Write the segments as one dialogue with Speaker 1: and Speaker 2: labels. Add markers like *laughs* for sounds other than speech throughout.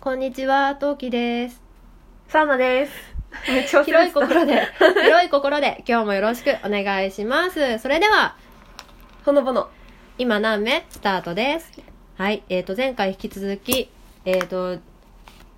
Speaker 1: こんにちは、トウキです。
Speaker 2: サウナです。めっちゃ忘れ
Speaker 1: 広い
Speaker 2: てた
Speaker 1: 心で、広い心で、今日もよろしくお願いします。それでは、
Speaker 2: ほのぼの。
Speaker 1: 今何目スタートです。はい、えっ、と、前回引き続き、えっ、と、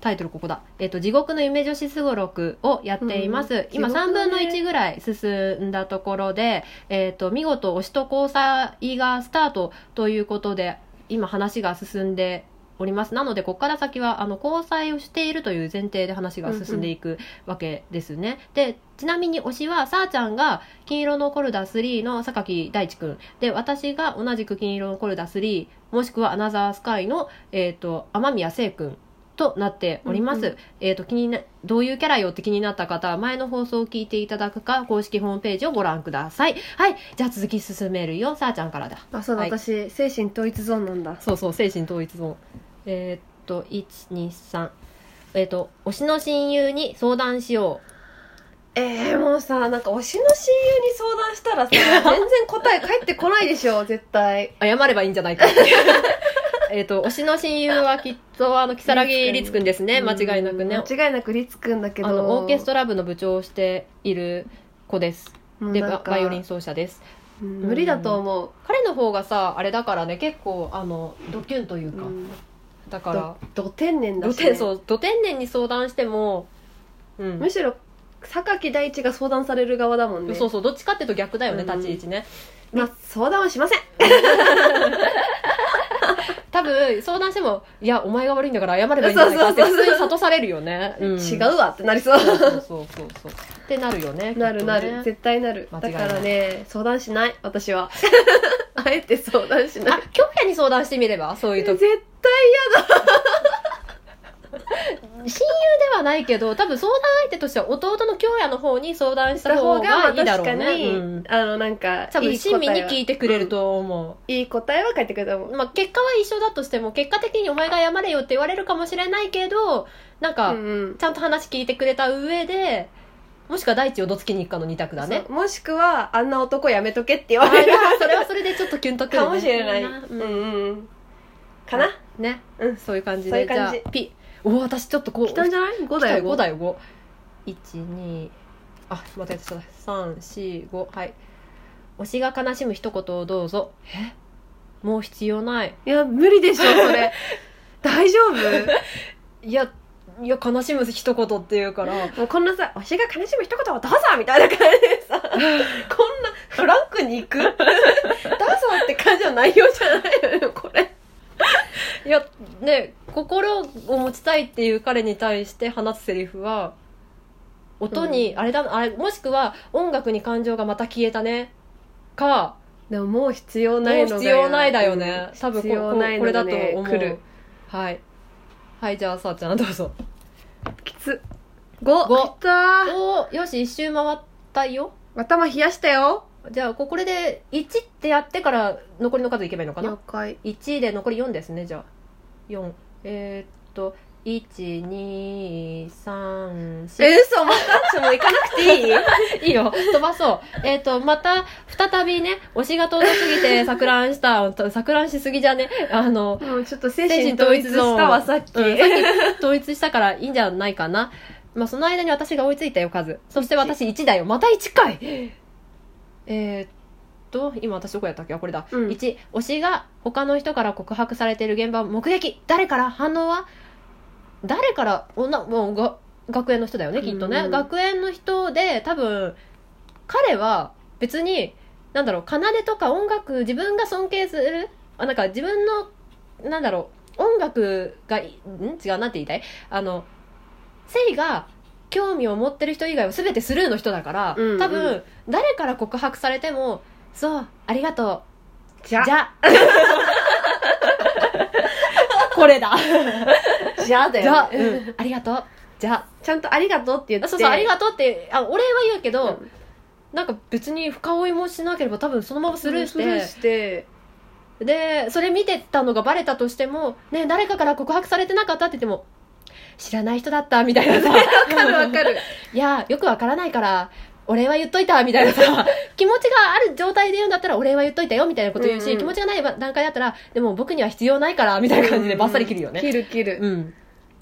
Speaker 1: タイトルここだ。えっ、と、地獄の夢女子すごろくをやっています。
Speaker 2: うん
Speaker 1: 今
Speaker 2: 地獄
Speaker 1: 3
Speaker 2: だ
Speaker 1: 分
Speaker 2: ね
Speaker 1: の1ぐらい進んだところで、えっ、と、見事、推しと交際がスタートということで、今話が進んでおります。なので、ここから先は、あの、交際をしているという前提で話が進んでいくわけですね。で、ちなみに推しは、さあちゃんが、金色のコルダ3の榊大地くん。で、私が同じく金色のコルダ3、もしくはアナザースカイの、えっ、と、雨宮聖くんとなっております。
Speaker 2: うんうん
Speaker 1: えっ、と、気にな、どういうキャラよって気になった方は、前の放送を聞いていただくか、公式ホームページをご覧ください。はい。じゃあ続き進めるよ。さあちゃんからだ。
Speaker 2: あ、そうだ、
Speaker 1: はい
Speaker 2: 私、精神統一ゾーンなんだ。
Speaker 1: そうそう、精神統一ゾーン。えーっと、1、2、3。えーっと、推しの親友に相談しよ
Speaker 2: えー、もうさ、なんか推しの親友に相談した *laughs* らさ、全然答え返ってこないでしょ、絶対。
Speaker 1: う。謝ればいいんじゃないか。 *laughs* えーっと、推しの親友はきっと、あの、如月律くんですね。間違いなくね。
Speaker 2: 間違いなくリツくんだけど。
Speaker 1: あの、オーケストラ部の部長をしている子です。
Speaker 2: もう
Speaker 1: で、
Speaker 2: なん
Speaker 1: バ
Speaker 2: か
Speaker 1: バイオリン奏者です。
Speaker 2: うん無理だと思う。
Speaker 1: 彼の方がさ、あれだからね、結構、あの、ドキュンという
Speaker 2: う
Speaker 1: か。
Speaker 2: ん。
Speaker 1: だから、
Speaker 2: ど天然だ
Speaker 1: ド
Speaker 2: しね、
Speaker 1: 天、そう、ド天然に相談しても、うん。
Speaker 2: むしろ、榊大地が相談される側だもんね。
Speaker 1: そうそう、どっちかっていうと逆だよね、
Speaker 2: うんうん
Speaker 1: 立ち位置ね。
Speaker 2: まあ、相談はしません。
Speaker 1: 多分、相談しても、いや、お前が悪いんだから謝ればいいんじゃないかって、
Speaker 2: そうそ
Speaker 1: 普
Speaker 2: うそう
Speaker 1: 通に諭されるよね。うん
Speaker 2: 違
Speaker 1: そう
Speaker 2: うわってなりそう。
Speaker 1: そうそうそう。ってなるよね。
Speaker 2: なるな
Speaker 1: きっと
Speaker 2: る。
Speaker 1: ね
Speaker 2: 絶対なる。
Speaker 1: 間
Speaker 2: だ
Speaker 1: 違いない
Speaker 2: からね、相談しない、
Speaker 1: *laughs*
Speaker 2: 私は。あえて相談しない
Speaker 1: あ。、京也に相談してみればそういう
Speaker 2: 絶
Speaker 1: 時。
Speaker 2: 対
Speaker 1: 親友ではないけど、多分相談相手としては弟の京也の方に相談し
Speaker 2: した
Speaker 1: た
Speaker 2: 方
Speaker 1: 方が
Speaker 2: がい
Speaker 1: い
Speaker 2: い
Speaker 1: い
Speaker 2: だ
Speaker 1: だ
Speaker 2: ろ
Speaker 1: ろ
Speaker 2: う
Speaker 1: う
Speaker 2: ね。
Speaker 1: ね。
Speaker 2: 確かに、
Speaker 1: うん
Speaker 2: あの、なんか、
Speaker 1: 多分、親身に聞
Speaker 2: い
Speaker 1: いてくれると思う。
Speaker 2: い答えは返ってくれたもん。
Speaker 1: まあ、結果は一緒だとしても、結果的にお前が謝れよって言われるかもしれないけど、なんか、
Speaker 2: うんうん
Speaker 1: ちゃんと話聞いてくれた上で、もしくは大地をどつきに行くかの二択だね
Speaker 2: そ。うもしくは、あんな男やめとけって言
Speaker 1: あ
Speaker 2: われる
Speaker 1: らそれはそれでちょっとキュンとくる、ね。
Speaker 2: かもしれない。う
Speaker 1: うんん
Speaker 2: うんうん。かな
Speaker 1: ね。
Speaker 2: うん
Speaker 1: そういう感じで。
Speaker 2: そういう感
Speaker 1: じ
Speaker 2: じ
Speaker 1: ゃあ、ピ。おお、私ちょっとこう。
Speaker 2: 来たんじゃない ?5 だよ。
Speaker 1: 5だよ、5。1、2、あ、またやってた。3、4、5。はい。推しが悲しむ一言をどうぞ。えもう必要ない。
Speaker 2: いや、無理でしょ、そ
Speaker 1: *laughs*
Speaker 2: れ。大丈夫
Speaker 1: いや、いや、悲しむ一言って言うから。
Speaker 2: もう *laughs* こんなさ、推しが悲しむ一言をどうぞみたいな感じで
Speaker 1: *laughs*
Speaker 2: さ、こんなフランクに行くどうぞって感じの内容じゃないよね、これ。
Speaker 1: いや、ね、心を持ちたいっていう彼に対して話すセリフは、音に、
Speaker 2: う
Speaker 1: あれだ、あれ、もしくは音楽に感情がまた消えたね。か、
Speaker 2: でももう必要
Speaker 1: も
Speaker 2: ないうのが
Speaker 1: 必要ないだよね。多分こ
Speaker 2: 必要
Speaker 1: こ
Speaker 2: ない
Speaker 1: これだ
Speaker 2: のが
Speaker 1: と
Speaker 2: ね
Speaker 1: 思
Speaker 2: 来る
Speaker 1: う。はい。はい、じゃあ、さあちゃん、どうぞ。
Speaker 2: きつ5
Speaker 1: 五
Speaker 2: きたー
Speaker 1: おーよし、一周回ったよ。
Speaker 2: 頭冷やしたよ
Speaker 1: じゃあ、ここれで、1ってやってから残りの数いけばいいのかな
Speaker 2: 了
Speaker 1: *laughs*
Speaker 2: 解
Speaker 1: 1で残り4ですねじゃあ4えー、っと1234
Speaker 2: え嘘またちょもう行かなくていい
Speaker 1: *laughs* いいよ飛ばそうえー、っとまた再びね推しが遠のすぎて錯乱した錯乱しすぎじゃねあの、
Speaker 2: もうちょっと精神統一したわさっき、
Speaker 1: うんさっき統一したからいいんじゃないか *laughs* なまあその間に私が追いついたよ数そして私1だよまた1回えー、っと今私どこやったっけあこれだ
Speaker 2: うん
Speaker 1: 1推しが他の人から告白されている現場を目撃誰から反応は誰から女もうが学園の人だよねきっとね、
Speaker 2: うん
Speaker 1: 学園の人で多分彼は別になんだろう奏とか音楽自分が尊敬するあなんか自分のなんだろう音楽がいん違うなんて言いたいあの性が興味を持ってる人以外は全てスルーの人だから、
Speaker 2: うんうん
Speaker 1: 多分誰から告白されてもそうありがとう
Speaker 2: じゃ
Speaker 1: じゃこれだ。
Speaker 2: じゃだ
Speaker 1: じ
Speaker 2: よ
Speaker 1: ゃ、
Speaker 2: ね、
Speaker 1: うん、ありがとう。じゃ
Speaker 2: ちゃんとありがとうって言って
Speaker 1: そうそう、あり
Speaker 2: と
Speaker 1: がとうって、あ、お礼は言うけど、
Speaker 2: ん、
Speaker 1: なんか別に深追いもしなければ多分そのままスルーし
Speaker 2: スルー
Speaker 1: て、
Speaker 2: して
Speaker 1: で、それ見てたのがバレたとしても、ね、誰かから告白されてなかったって言っても、知らない人だった、みたいなさ。わ
Speaker 2: *laughs* わかるわかる
Speaker 1: いや、よくわからないから、お礼は言っといた、みたいな
Speaker 2: *laughs*
Speaker 1: さ、気持ちがある状態で言うんだったら、お礼は言っといたよ、みたいなこと言うし、
Speaker 2: うんうん
Speaker 1: 気持ちがない段階だったら、でも僕には必要ないから、みたいな感じでバッサリ切るよね。
Speaker 2: 切る切る、
Speaker 1: うん。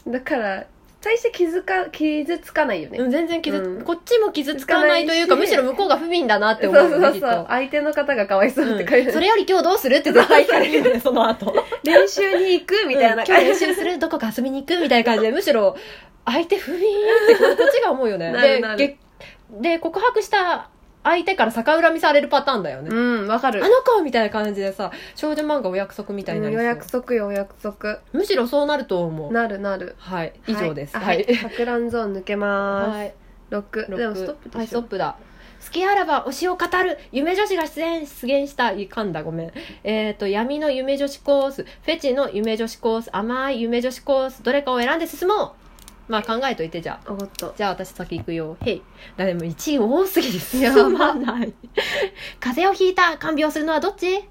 Speaker 2: だから最初傷か傷つかないよね、
Speaker 1: うん全然傷つ、
Speaker 2: うん
Speaker 1: こっちも傷つかないというか
Speaker 2: つかない
Speaker 1: む
Speaker 2: し
Speaker 1: しろ向こうが不憫だなって
Speaker 2: そう
Speaker 1: 思うよ
Speaker 2: そう
Speaker 1: ねきっ
Speaker 2: そう
Speaker 1: と
Speaker 2: 相手の方がかわいそうって書いて
Speaker 1: うん
Speaker 2: あ
Speaker 1: そ
Speaker 2: る、
Speaker 1: れより今日どうするって絶対聞かれるよねその後
Speaker 2: 練習に行くみたい
Speaker 1: うん
Speaker 2: な
Speaker 1: 今日
Speaker 2: 感
Speaker 1: 練
Speaker 2: じ、
Speaker 1: 習するどこか遊びに行くみたいな感じでむしろ相手不憫ってこっちが思うよね
Speaker 2: なるなる
Speaker 1: でげで告白した相手から逆恨みされるパターンだよね、
Speaker 2: うんわかる
Speaker 1: あの子みたいな感じでさ少女漫画お約束みたいになり
Speaker 2: 予
Speaker 1: そう
Speaker 2: 約束よ予約束
Speaker 1: むしろそうなると思う
Speaker 2: なるなる
Speaker 1: はい以上です
Speaker 2: は
Speaker 1: はいい、
Speaker 2: かく乱ゾーン抜けます、
Speaker 1: はい
Speaker 2: 六
Speaker 1: 六
Speaker 2: でもストップでしょ
Speaker 1: はいストップだ好きあらば推しを語る夢女子が出演出現した噛んだごめんえっ、と闇の夢女子コースフェチの夢女子コース甘い夢女子コースどれかを選んで進もうまあ考えといてじゃあ
Speaker 2: おっと
Speaker 1: じゃあ私先行くよへいだでも1位多すぎです
Speaker 2: や
Speaker 1: や
Speaker 2: ば
Speaker 1: ばない風邪をひいた看病するのはどっち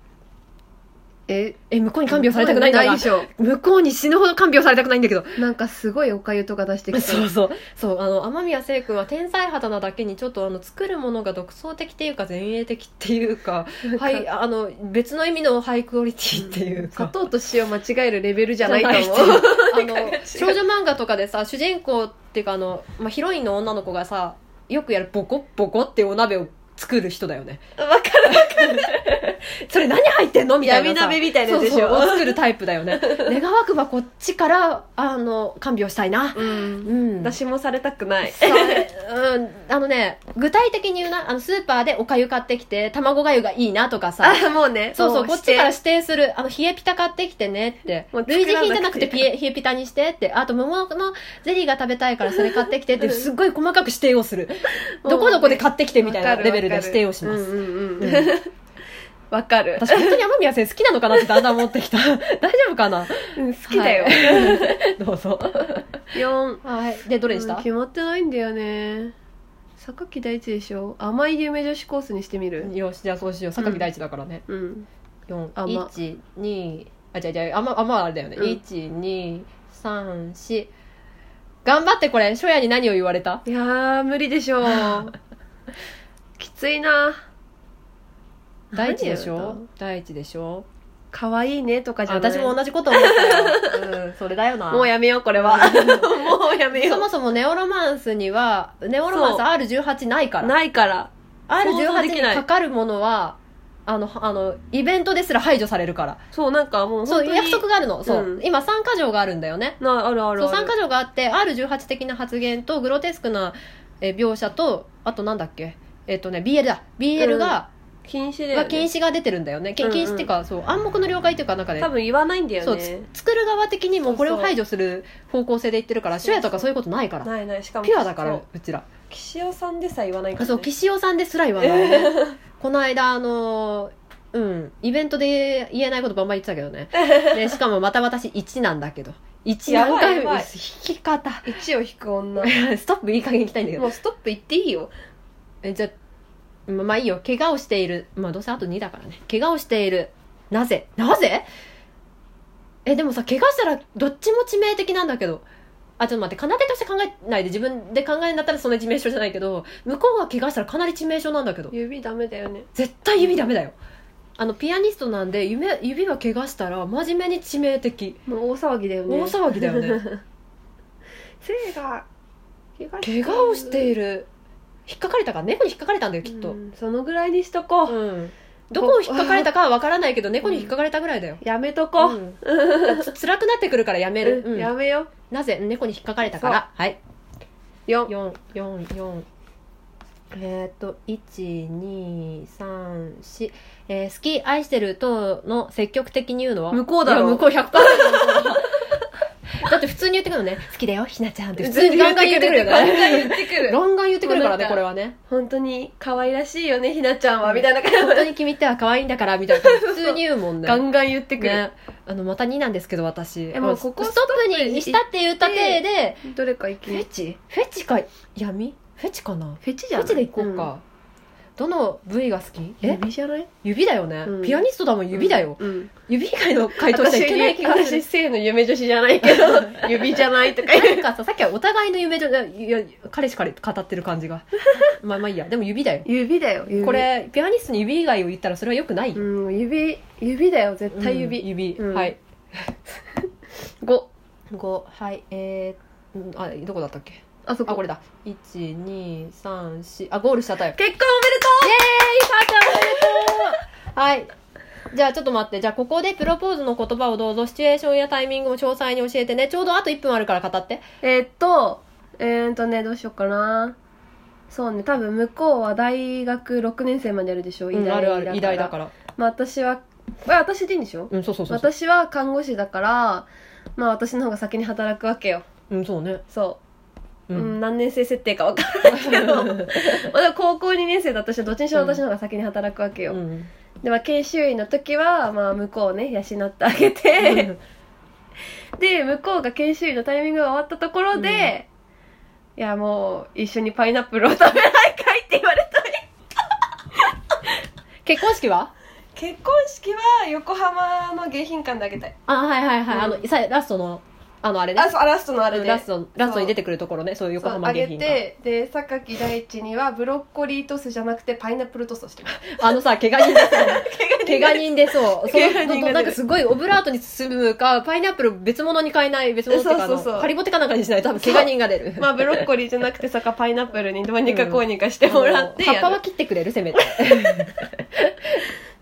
Speaker 2: え
Speaker 1: え向こうに看病されたくないんだ
Speaker 2: ない
Speaker 1: が
Speaker 2: でしょ
Speaker 1: 向こうに死ぬほど看病されたくないんだけど
Speaker 2: なんかすごいおかゆとか出して *laughs* き
Speaker 1: そう
Speaker 2: て
Speaker 1: そうそうあの雨宮聖君は天才肌なだけにちょっとあの作るものが独創的っていうか前衛的っていうかは
Speaker 2: *laughs* はい
Speaker 1: いあの別の意味のハイクオリティっていう
Speaker 2: 砂
Speaker 1: か。
Speaker 2: 糖と塩間違えるレベルじゃないと
Speaker 1: じゃ
Speaker 2: 思う
Speaker 1: あの *laughs* 少女漫画とかでさ主人公っていうかあの、まあ、ヒロインの女の子がさよくやるボコッボコってお鍋を作る人だよね
Speaker 2: わか
Speaker 1: *laughs* それ何入ってんのみたいな
Speaker 2: 闇鍋みたいなや
Speaker 1: そ
Speaker 2: つ
Speaker 1: う
Speaker 2: でし
Speaker 1: そ
Speaker 2: ょ
Speaker 1: うを作るタイプだよ
Speaker 2: *laughs*
Speaker 1: ね願わくばこっちからあの看病したいな
Speaker 2: る、
Speaker 1: うん
Speaker 2: 私もされたくない
Speaker 1: そううん、あのね具体的に言うなあのスーパーでおかゆ買ってきて卵がゆがいいなとかさ
Speaker 2: あもうね
Speaker 1: そうそう
Speaker 2: も
Speaker 1: こっ
Speaker 2: して
Speaker 1: ちから指定するあの冷えピタ買ってきてねって
Speaker 2: もう作ら
Speaker 1: 類
Speaker 2: な
Speaker 1: 似
Speaker 2: くて
Speaker 1: 品じゃなくてピエ冷えピタにしてってあと桃のゼリーが食べたいからそれ買ってきて
Speaker 2: *laughs*
Speaker 1: ってすっごい細かく指定をする
Speaker 2: うん
Speaker 1: どこどこで買ってきてみたい
Speaker 2: わ
Speaker 1: な
Speaker 2: かる
Speaker 1: レベルで指定をします、
Speaker 2: わかるうんうんう
Speaker 1: うん
Speaker 2: んわかる
Speaker 1: 私本当に雨宮先生好きなのかなってだんだん思って
Speaker 2: *laughs*
Speaker 1: きた大丈夫かな
Speaker 2: うん好きだよ、
Speaker 1: はい *laughs* どうぞ
Speaker 2: 四。
Speaker 1: はいでどれにした、
Speaker 2: うん決まってないんだよね榊大地でしょ甘い夢女子コースにしてみる
Speaker 1: よしじゃあそうしよう榊大地だからね、
Speaker 2: うん
Speaker 1: 四
Speaker 2: あま
Speaker 1: 一二あじゃじゃあまあまああれだよね
Speaker 2: うん
Speaker 1: 一二三四頑張ってこれ初夜に何を言われた
Speaker 2: いやー無理でし
Speaker 1: *laughs*
Speaker 2: ょうきついな
Speaker 1: 第一でし
Speaker 2: 何
Speaker 1: ょ
Speaker 2: を言われ
Speaker 1: 第一でしょ
Speaker 2: 可愛いねとかじ
Speaker 1: あ
Speaker 2: ゃない
Speaker 1: 私も同じこと思ったよ、うん、それだよな
Speaker 2: もうやめようこれ
Speaker 1: *laughs*
Speaker 2: はもうやめ
Speaker 1: そ
Speaker 2: よ
Speaker 1: もそもネオロマンスにはネオロマンス R18 ないか
Speaker 2: う
Speaker 1: ら
Speaker 2: ないから想像
Speaker 1: R18
Speaker 2: でき
Speaker 1: に
Speaker 2: ない
Speaker 1: かかるものはあのあのイベントですら排除されるから
Speaker 2: そうなんかもう
Speaker 1: そ
Speaker 2: 本
Speaker 1: う
Speaker 2: 当に
Speaker 1: 約束があるのそう、
Speaker 2: うん
Speaker 1: 今3か条があるんだよね
Speaker 2: なあるある
Speaker 1: そう
Speaker 2: ある
Speaker 1: 3か条があって R18 的な発言とグロテスクなえー描写とあとなんだっけえっとね BL だ BL が,、
Speaker 2: 禁止で、
Speaker 1: が禁止が出てるんだよねけ
Speaker 2: うんうん
Speaker 1: 禁止っていうかそう暗黙の了解っていうかなんかね
Speaker 2: 多分言わないんだよ
Speaker 1: そう
Speaker 2: ね
Speaker 1: つ作る側的にもこれを
Speaker 2: そうそう
Speaker 1: 排除する方向性で言ってるから主
Speaker 2: そうそう
Speaker 1: やとかそういうことないから
Speaker 2: ないないしかも
Speaker 1: ピュアだから
Speaker 2: そう
Speaker 1: うちら
Speaker 2: 岸尾さんでさえ言わないから、ね、
Speaker 1: そう岸尾さんですら言わない、ね、この間あのーうん、イベントで言えないことばんばり言ってたけど
Speaker 2: *laughs*
Speaker 1: ねでしかもまた私1なんだけど1
Speaker 2: やば
Speaker 1: 何
Speaker 2: い
Speaker 1: 回
Speaker 2: や
Speaker 1: も
Speaker 2: ばい
Speaker 1: 弾き方
Speaker 2: *laughs*
Speaker 1: *laughs*
Speaker 2: 一を引く女
Speaker 1: ストップいい加減行きたいんだけど
Speaker 2: もうストップ言っていいよ
Speaker 1: えじゃあままあいいよ怪我をしているまあどうせあと2だからね怪我をしているなぜなぜえでもさ怪我したらどっちも致命的なんだけどあちょっと待って奏手として考えないで自分で考えるんだったらそんな致命傷じゃないけど向こうが怪我したらかなり致命傷なんだけど
Speaker 2: 指ダメだよね
Speaker 1: 絶対指ダメだよあのピアニストなんで指指は怪我したら真面目に致命的
Speaker 2: もう大騒ぎだよね
Speaker 1: 大騒ぎだよね
Speaker 2: 性が怪
Speaker 1: 怪
Speaker 2: 我
Speaker 1: 我をしている引っかかれたから猫に引っかかれたんだよきっと、
Speaker 2: うんそのぐらいにしとこう、
Speaker 1: うん、どこを引っかかれたかは分からないけど猫に引っかかれたぐらいだよ、
Speaker 2: やめとこ
Speaker 1: う
Speaker 2: う、
Speaker 1: ん *laughs* つ辛くなってくるからやめる、
Speaker 2: うん
Speaker 1: うん
Speaker 2: やめよ
Speaker 1: なぜ猫に引っかかれたからはい
Speaker 2: よ
Speaker 1: 444えーっと1234、えー好き愛してる等の積極的に言うのは
Speaker 2: 向こうだろ
Speaker 1: いや向こう100%だだって普通に言ってくるのね好きだよひなちゃんって普通にガンガン言ってくるよ
Speaker 2: ガンガン
Speaker 1: ね
Speaker 2: 言ってく
Speaker 1: *laughs*
Speaker 2: る
Speaker 1: ガンガン言ってくるからね
Speaker 2: もうなんか
Speaker 1: これはね
Speaker 2: 本当に可愛らしいよねひなちゃんは、
Speaker 1: うん
Speaker 2: みたいな感じ
Speaker 1: 本当に君っては可愛いんだからみたいな普通に言うもんね
Speaker 2: *laughs* ガンガン言ってくる、
Speaker 1: ね、あのまた2なんですけど私
Speaker 2: えもうここ
Speaker 1: ストップにしたって言った体で
Speaker 2: どれか一気
Speaker 1: フェ
Speaker 2: に
Speaker 1: チフェチか闇フェチかな
Speaker 2: フェチじ
Speaker 1: フ
Speaker 2: ゃな
Speaker 1: ェ
Speaker 2: い
Speaker 1: チでいこうか、どの部位が好き
Speaker 2: うん
Speaker 1: え
Speaker 2: 指じゃない
Speaker 1: 指だよね、
Speaker 2: うん
Speaker 1: ピアニストだもん指だよ、
Speaker 2: うん
Speaker 1: 指以外の回答しちゃいけない気がす
Speaker 2: 私
Speaker 1: る
Speaker 2: 性の夢女子じゃない
Speaker 1: *laughs*
Speaker 2: けど指じゃないとか言う
Speaker 1: なんかささっきはお互いの夢じゃいや彼氏から語ってる感じがまあまあいいやでも指だ *laughs* よ
Speaker 2: 指だよ指
Speaker 1: これピアニストに指以外を言ったらそれはよくないよ、
Speaker 2: うん指指だよ絶対
Speaker 1: *laughs*
Speaker 2: 指、
Speaker 1: うん指、
Speaker 2: うん
Speaker 1: はい
Speaker 2: 五
Speaker 1: 5はいえーうんあどこだったっけ
Speaker 2: あそ
Speaker 1: あこれだ1234あゴールしちゃったよ
Speaker 2: 結婚
Speaker 1: イエーイさあちゃんおめでとうはいじゃあちょっと待ってじゃあここでプロポーズの言葉をどうぞシチュエーションやタイミングも詳細に教えてねちょうどあと1分あるから語って
Speaker 2: おめでとうえーっとえーっとねどうしようかなそうね多分向こうは大学6年生までやるでしょ
Speaker 1: うんあるある偉大だ
Speaker 2: ら
Speaker 1: から
Speaker 2: まあ私はえ私でいいんでしょ
Speaker 1: うんそうそうそうそう
Speaker 2: 私は看護師だからまあ私の方が先に働くわけよ
Speaker 1: うんそうね
Speaker 2: そうう、うんん、何年生設定か分からないけど *laughs* まあでも高校2年生だとしてどっちにしろ私の方が先に働くわけ
Speaker 1: *laughs*
Speaker 2: よ、*laughs*
Speaker 1: うん
Speaker 2: でまあ研修医の時は、まあ、向こうをね養ってあげてで向こうが研修医のタイミングが終わったところで、いやもう一緒にパイナップルを食べないかいって言われた
Speaker 1: 結婚式は
Speaker 2: 結婚式は横浜の迎賓館であげたい
Speaker 1: あはいはいはい、
Speaker 2: うん
Speaker 1: あのさラストのあのあれね
Speaker 2: あそうあラストのあれ
Speaker 1: うん
Speaker 2: で
Speaker 1: ラストラストに出てくるところねそういう横
Speaker 2: そう
Speaker 1: 浜
Speaker 2: あ
Speaker 1: 芸
Speaker 2: げ
Speaker 1: 品が
Speaker 2: てで榊大地にはブロッコリートスじゃなくてパイナップルトスをしてます
Speaker 1: あのさ怪我人で
Speaker 2: *laughs*
Speaker 1: そう怪我人でそうそ
Speaker 2: 怪我人が出
Speaker 1: の
Speaker 2: る
Speaker 1: なんかすごいオブラートに包むかパイナップル別物に買えない別物っていうかあ
Speaker 2: そう
Speaker 1: の
Speaker 2: そうそう
Speaker 1: ハリボテかなんかにしないと多分怪我人が出る
Speaker 2: *laughs* まあブロッコリーじゃなくてさかパイナップルにどうにかこうにかしてもらって
Speaker 1: 葉っ
Speaker 2: や
Speaker 1: ぱ
Speaker 2: る
Speaker 1: は
Speaker 2: っ
Speaker 1: 切ってくれるせめて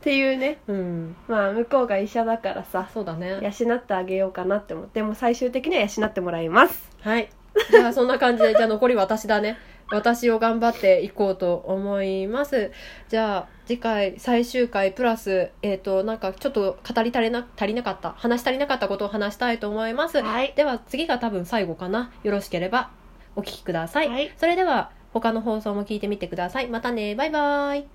Speaker 2: て *laughs* いうね
Speaker 1: うん
Speaker 2: まあ向こうが医者だからさ
Speaker 1: そうだね
Speaker 2: 養ってあげようかなって思ってでも最終的には養ってもらいます
Speaker 1: はいじゃあそんな感じでじゃあ残り私だね私を頑張っていこうと思いますじゃあ次回最終回プラスえっ、となんかちょっと語り足りな足りなかった話し足りなかったことを話したいと思います
Speaker 2: はい
Speaker 1: では次が多分最後かなよろしければお聞きください、
Speaker 2: はい
Speaker 1: それでは他の放送も聞いてみてくださいまたねバイバイ